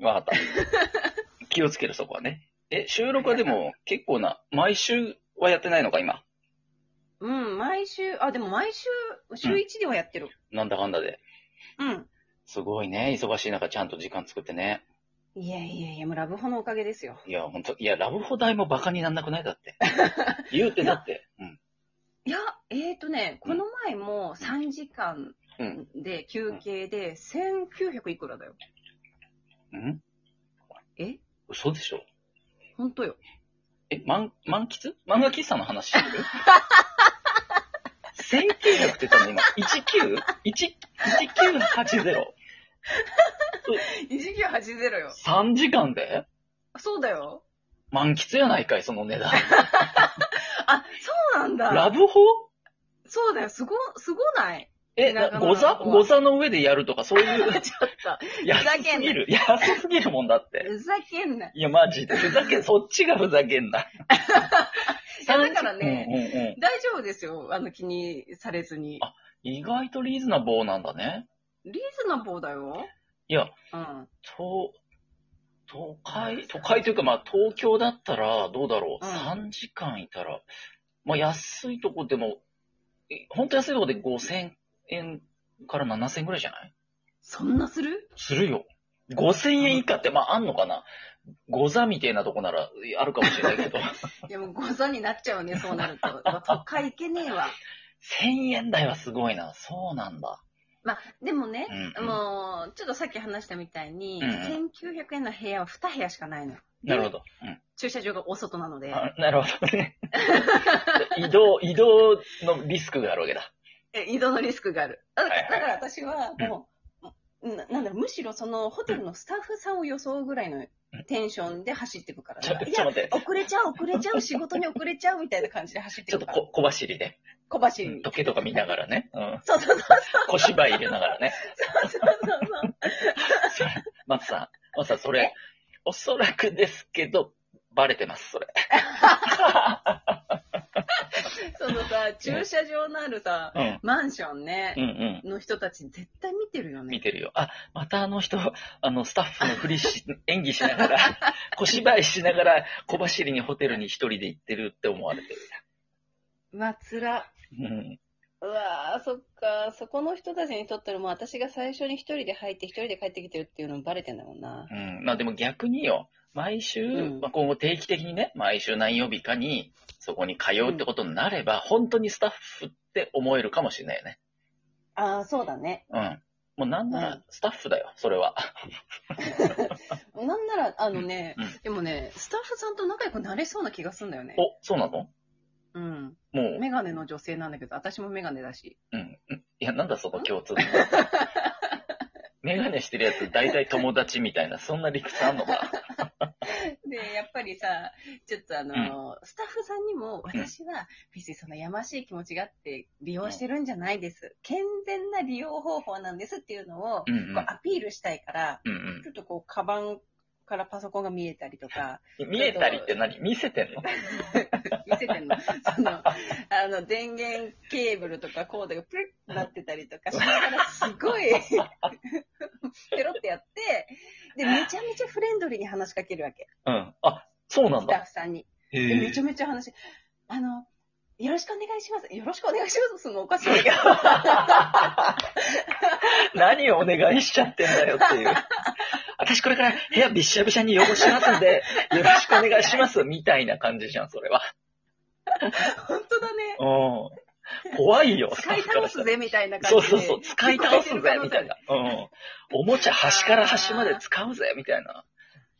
わかった。 気をつける、そこはね。え、収録はでも結構な、毎週はやってないのか、今。うん、毎週、あ、でも毎週、週1ではやってる。なんだかんだで。うん。すごいね。忙しい中、ちゃんと時間作ってね。いやいやいや、もうラブホのおかげですよ。いや、ほんと、いや、ラブホ代もバカになんなくないだ って。言うてだって。うん。いや、えーとね、この前も3時間うんで休憩で1900いくらだよ。うんえ嘘でしょほんとよ。え、満、満喫漫画喫茶の話して る ?1900 って言ったの今。19?1980? 1980よ。 3時間でそうだよ。満喫やないかい、その値段。あ、そうなんだ。ラブホそうだよ。すご、すごない。え、な田舎のごラざ、ブホはござの上でやるとか、そういう、 ちょっと。安すぎる。安すぎるもんだって。ふざけんな。いいや、マジで。ふざ け、そっちがふざけんな。や、だからね、うんうんうん。大丈夫ですよ。あの、気にされずに。あ意外とリーズナボーなんだね。リーズナブルだよ。いや、うん。と、都会、都会というか、まあ、東京だったら、どうだろう、うん3時間いたら、まあ、安いとこでも、えほんと安いとこで5000円から7000円ぐらいじゃないそんなするするよ。5000円以下って、まあ、あんのかなござみてえなとこなら、あるかもしれないけど、 でも、ござになっちゃうね、そうなると。うわ都会行けねえわ。 1000円台はすごいな。そうなんだ。まあ、でもね、うんうんもう、ちょっとさっき話したみたいに、うん1900円の部屋は2部屋しかないの。なるほど。うん。駐車場がお外なので、あなるほど ね。移動、移動のリスクがあるわけだ。え移動のリスクがある。だはいはいだから私は、もう、ななんだろう、むしろそのホテルのスタッフさんを装うぐらいのテンションで走ってくからちょ、さ。ちょっいとや、待って。遅れちゃう、遅れちゃう、仕事に遅れちゃうみたいな感じで走ってちょくっるとから。こ小走りで。小走うんり。時計とか見ながらね。うん。そうそうそう小芝居入れながらね。そうそう。 それ松さん、松さん、それ、おそらくですけど、バレてます、それ。そのさ、駐車場のあるさ、うん。マンションねう、んうん。の人たち絶対見てるよ見ね。てるよ。あ、またあの人、あの、スタッフのふりし、 演技しながら、 小芝居しながら、小走りにホテルに一人で行ってるって思われてる。うわ、つら。うん。うわー、そっか。そこの人たちにとったらもう私が最初に一人で入って一人で帰ってきてるっていうのバレてんだもんな。うん。まあでも逆によ、毎週、うんまあ今後定期的にね、毎週何曜日かに、そこに通うってことになれば、本当にスタッフって思えるかもしれないよね。ああ、そうだね。うん。もうなんなうらんスタッフだよ、それは。なんなら、あのね、うんでもね、スタッフさんと仲良くなれそうな気がすんだよね。お、そうなのうん。もう、メガネの女性なんだけど、私もメガネだし。うん。うんいや、なんだその共 通の。メガネしてるやつ、大体友達みたいな、そんな理屈あんのか。で、やっぱりさ、ちょっとあの、スタッフさんにも、私は別にそのやましい気持ちがあって利用してるんじゃないです。健全な利用方法なんですっていうのを、こうんう。うんアピールしたいから、うんちょっとこう、カバンからパソコンが見えたりとか、 うん、見えたりって何見せてんの見せてんの。その、あの、電源ケーブルとかコードがプルッとなってたりとかしながら、すごい、ペロってやって、で、めちゃめちゃフレンドリーに話しかけるわけ。うん。あ、そうなんスタッだ。フさんに。へでめちゃーめちゃ話し、あの、よろしくお願いします。よろしくお願いします。そのおかしいん だけど。 何をお願いしちゃってんだよって いう。私これから部屋びっしゃびしゃに汚しますん で、よろしくお願いします、みたいな感じじゃん、それは。本当だね。うん。怖いよ、使い倒すぜ、みたいなそ感うじで。そうそう、使い倒すぜ、みたいな。うん。おもちゃ端から端まで使うぜ、みたいな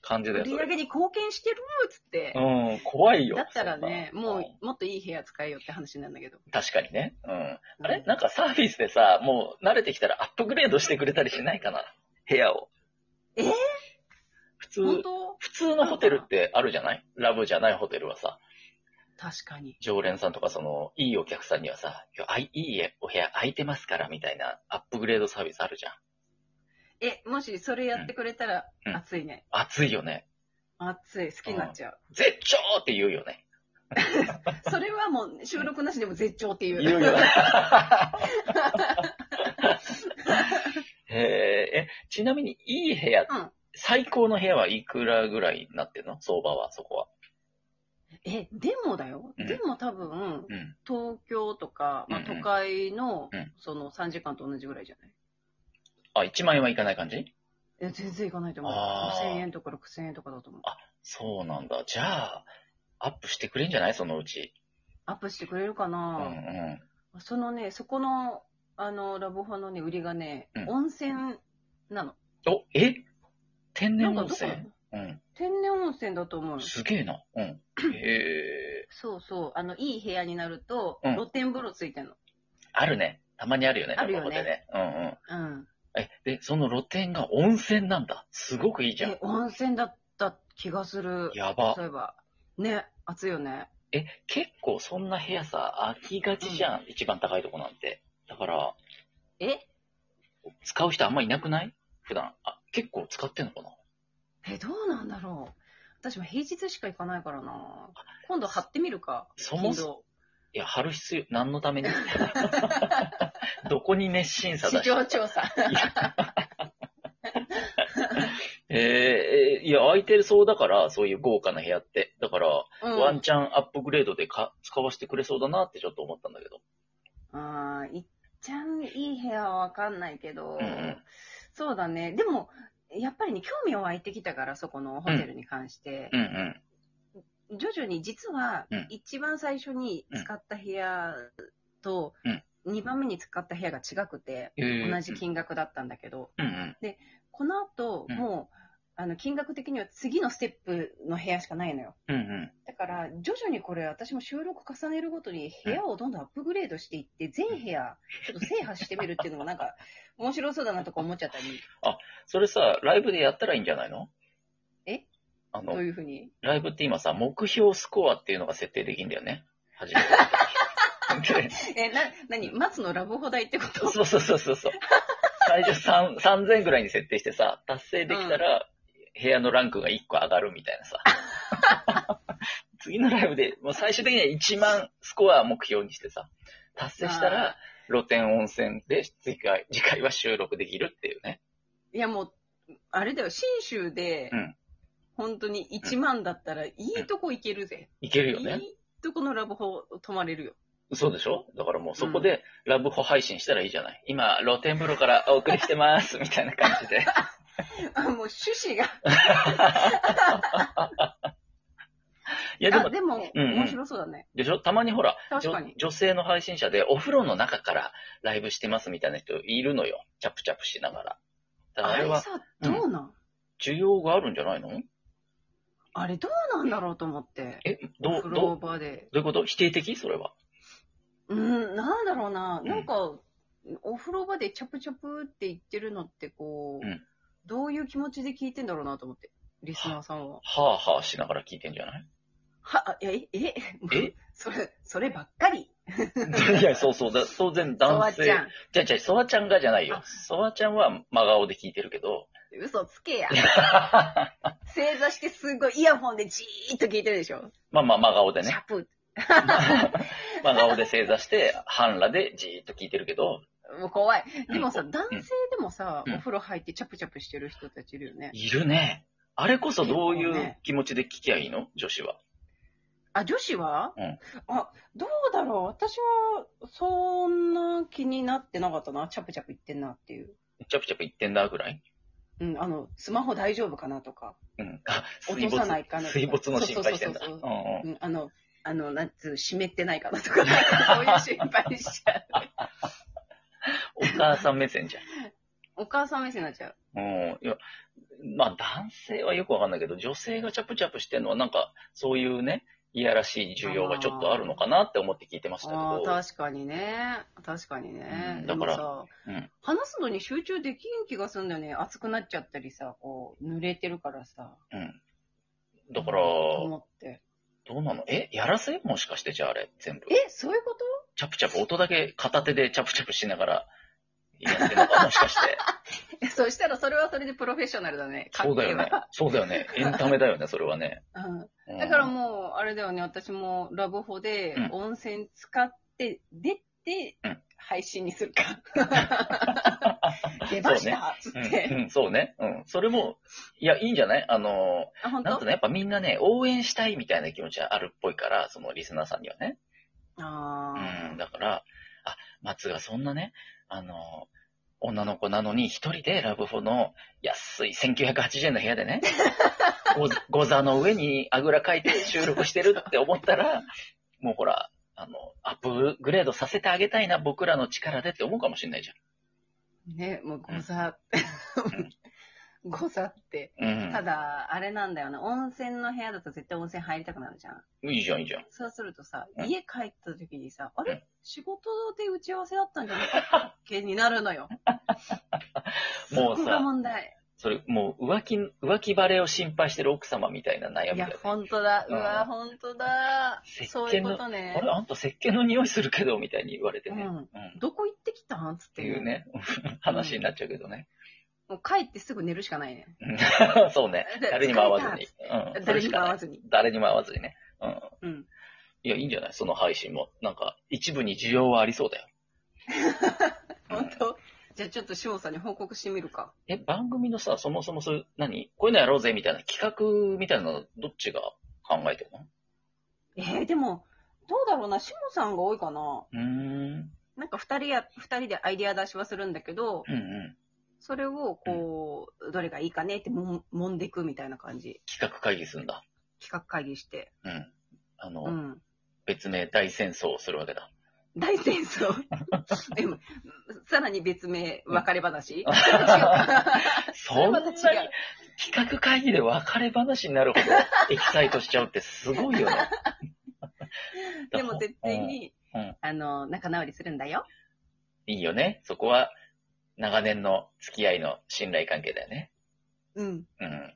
感じだ売よ、りそ上れ。げに貢献してるっつって。うん、怖いよ。だったらね、そんなもんう、もっといい部屋使えよって話なんだけど。確かにね。うん。あうれんなんかサーフィスでさ、もう慣れてきたらアップグレードしてくれたりしないかな部屋を。えー普通、本当普通のホテルってあるじゃないラブじゃないホテルはさ、確かに。常連さんとかその、いいお客さんにはさ、いやあいいいお部屋空いてますからみたいなアップグレードサービスあるじゃん。え、もしそれやってくれたらうん熱いね。暑いよね。熱い。好きになっちゃう。絶頂って言うよね。それはもう収録なしでも絶頂っていう。言うよ。 えーえ、ちなみにいい部屋っうん。最高の部屋はいくらぐらいになってんの相場は、そこは。 え、でもだよ。うんでも多分、うん。東京とか、まあ、うんうん都会の、うんその3時間と同じぐらいじゃないあ、1万円はいかない感じえ、全然いかないと思う。あー5000円とか6000円とかだと思う。そうなんだ。じゃあ、アップしてくれんじゃないそのうち。アップしてくれるかうんうな、ん。そのね、そこの、あの、ラボホのね、売りがね、うん温泉なの。お、え天な然んか温どこ泉なのうん。天然温泉だと思う。すげえな。 うん。へえ。そうそう。あの、いい部屋になると、うん露天風呂ついてんの。あるね。たまにあるよね。あるよねここでね。うんうん。うん。え、で、その露店が温泉なんだ。すごくいいじゃんえ、。温泉だった気がする。やばそういえば。ね、暑いよね。え、結構そんな部屋さ、空きがちじゃん。一番高いとこなんて。だから、え使う人あんまいなくない普段。あ、結構使ってんのかなえ、どうなんだろう。私も平日しか行かないからな。今度貼ってみるか。そもそも、いや、貼る必要、何のために どこに熱心さ頻度だ市し。場調査。えー、えーいや、空いてそうだから、そういう豪華な部屋って。だから、うワンチャンアップグレードでか使わせてくれそうだなってちょっと思ったんだけど。ああ、いっちゃんいい部屋はわかんないけど、うんうんそうだね。でも、やっぱりね、興味は湧いてきたから、そこのホテルに関してう。んうん。徐々に、実はうん、一番最初に使った部屋とうん、 2番目に使った部屋が違くて、えー同じ金額だったんだけど、うんうん。この後、うんもう、あの、金額的には次のステップの部屋しかないのよ。うんうん。だから、徐々にこれ、私も収録重ねるごとに、部屋をどんどんアップグレードしていって、全部屋、ちょっと制覇してみるっていうのも、なんか、面白そうだなとか思っちゃったり、それさ、ライブでやったらいいんじゃないのえあのどう、いうふうに。ライブって今さ、目標スコアっていうのが設定できるんだよね。初め て。でえ、な、なに、松のラブホ台ってことそうそうそうそうそう。最初3 3000ぐらいに設定してさ、達成できたら、部屋のランクが1個上がるみたいなさ。次のライブで、もう最終的には1万スコア目標にしてさ、達成したら、露天温泉で次回、次回は収録できるっていうね。いや、もう、あれだよ、信州で、うん本当に1万だったら、いいとこ行けるぜ。いけるよいね。いとこのラブホ泊まれるよ。そうでしょだからもうそこでラブホ配信したらいいじゃない。今、露天風呂からお送りしてます、みたいな感じで。あ、もう趣旨が。いやであ、も、でも、うんうん面白そうだね。でしょたまにほら、じ確ょかに。女性の配信者でお風呂の中からライブしてますみたいな人いるのよ。チャプチャプしながら。だからああれれはさ、どうなん、需要があるんじゃないのあれどうなんだろうと思って。え、どおう、どう、風ど呂場で。ういうこと否定的それは。うん、なんだろうな、うんなんか、お風呂場でチャプチャプって言ってるのって、こう、うんどういう気持ちで聞いてんだろうなと思って、リスナーさんは。はぁはぁしながら聞いてんじゃ ないは、あいや、え、え、え それ、そればっかり。いや、そうそうだ。当然そ男わ性。ちゃん、じゃあじゃあソワちゃんがじゃないよあ。ソワちゃんは真顔で聞いてるけど。嘘つけや。正座してすごいイヤホンでじーっと聞いてるでしょ。まあまあ真顔でチ ね。ャプ。真顔で正座して、半裸でじーっと聞いてるけど、もう怖い。でもさ、男性でもさ、うんお風呂入ってチャプチャプしてる人たちいるよね。いるね。あれこそどうい結構うね気持ちで聞きゃいいの女子は。あ、女子は、うんあ、どうだろう私は、そんな気になってなかったな。チャプチャプ言ってんなっていう。チャプチャプ言ってんだぐらい。うん、あの、スマホ大丈夫かなとか。うん。あ、落とさないかな水没の心配してんだ。そううんそううそんうん、あの、あの、なんつう、湿ってないかな とか、そういう心配しちゃう。お母さん目線じゃん。お母さん目線になっちゃう。うん。いや、まあ男性はよくわかんないけど、女性がチャプチャプしてんのはなんか、そういうね、いやらしい需要がちょっとあるのかなって思って聞いてましたけああ、ど。確かにね。確かにね。うんでもださ、うん話すのに集中できん気がするんだよね。熱くなっちゃったりさ、こう、濡れてるからさ。うん。だから、と思どって。うなのえやらせもしかしてじゃああれ、全部。え、そういうこと チャプチャプ、音だけ片手でチャプチャプしながらやってるのか、もしかして。えそしたらそれはそれでプロフェッショナルだね。 かっそうけだえよねわ。そうだよね。エンタメだよね、それはね。う。うんんだからもう、あれだよね、私もラブホでうん温泉使って、出てうん、配信にするか。 出ました、つっうん、て。うん、そうね。うん。それも、いや、いいんじゃないあの、あ、本なん当とね、やっぱみんなね、応援したいみたいな気持ちはあるっぽいから、そのリスナーさんにはね。あうん、だから、あ、松がそんなね、あの、女の子なのに一人でラブホの安い1980円の部屋で ね、ごご座の上にあぐらかいて収録してるって思ったら、もうほら、あの、アップグレードさせてあげたいな、僕らの力でって思うかもしれないじー。ね、もうござ、ござって。ゃん。ただ、あれなんだよね。温泉の部屋だと絶対温泉入りたくなるじゃん。うん。いいじゃん、いいじゃん。そうするとさ、うん家帰った時にさ、あうんれ仕事で打ち合わせだったんじゃなかったっけになるのよ。 もうそこがさ、問題。それ、もう浮気、浮気バレを心配してる奥様みたいな悩いみだやよね、本当だ。ううんわ、本当だ。石鹸のそういうことあねれ。あんた石鹸の匂いするけど、みたいに言われてね。うんっどこ行ってきたんつってていう。 ね、話になっちゃうけどね。もう帰ってすぐ寝るしかないね。そうね。だ誰にも会わずに。うんそれ誰にしかも会なわいずに。誰にも会わずにね。うん。うん。いや、いいんじゃないその配信も。なんか、一部に需要はありそうだよ。 本当じゃあちょっと翔さんに報告してみるか。え、番組のさ、そもそもそういう、何こういうのやろうぜ、みたいな企画みたいなの、どっちが考えてるのえー、でも、どうだろうな、翔さんが多いかな。うーん。なんか二人や、二人でアイディア出しはするんだけど、うんうん。それをこう、どれがいいかねってもん、揉んでいくみたいな感じ。企画会議するんだ。企画会議して。うん。あの、うん。別名大戦争をするわけだ。大戦争。 でも、さらに別名、別れ話。 そんなに違う企画会議で別れ話になるほどエキサイトしちゃうってすご いよね。 でも絶対に、うんうんあの、仲直りするんだよ。いいよね。そこは長年の付き合いの信頼関係だよね。うん。うん。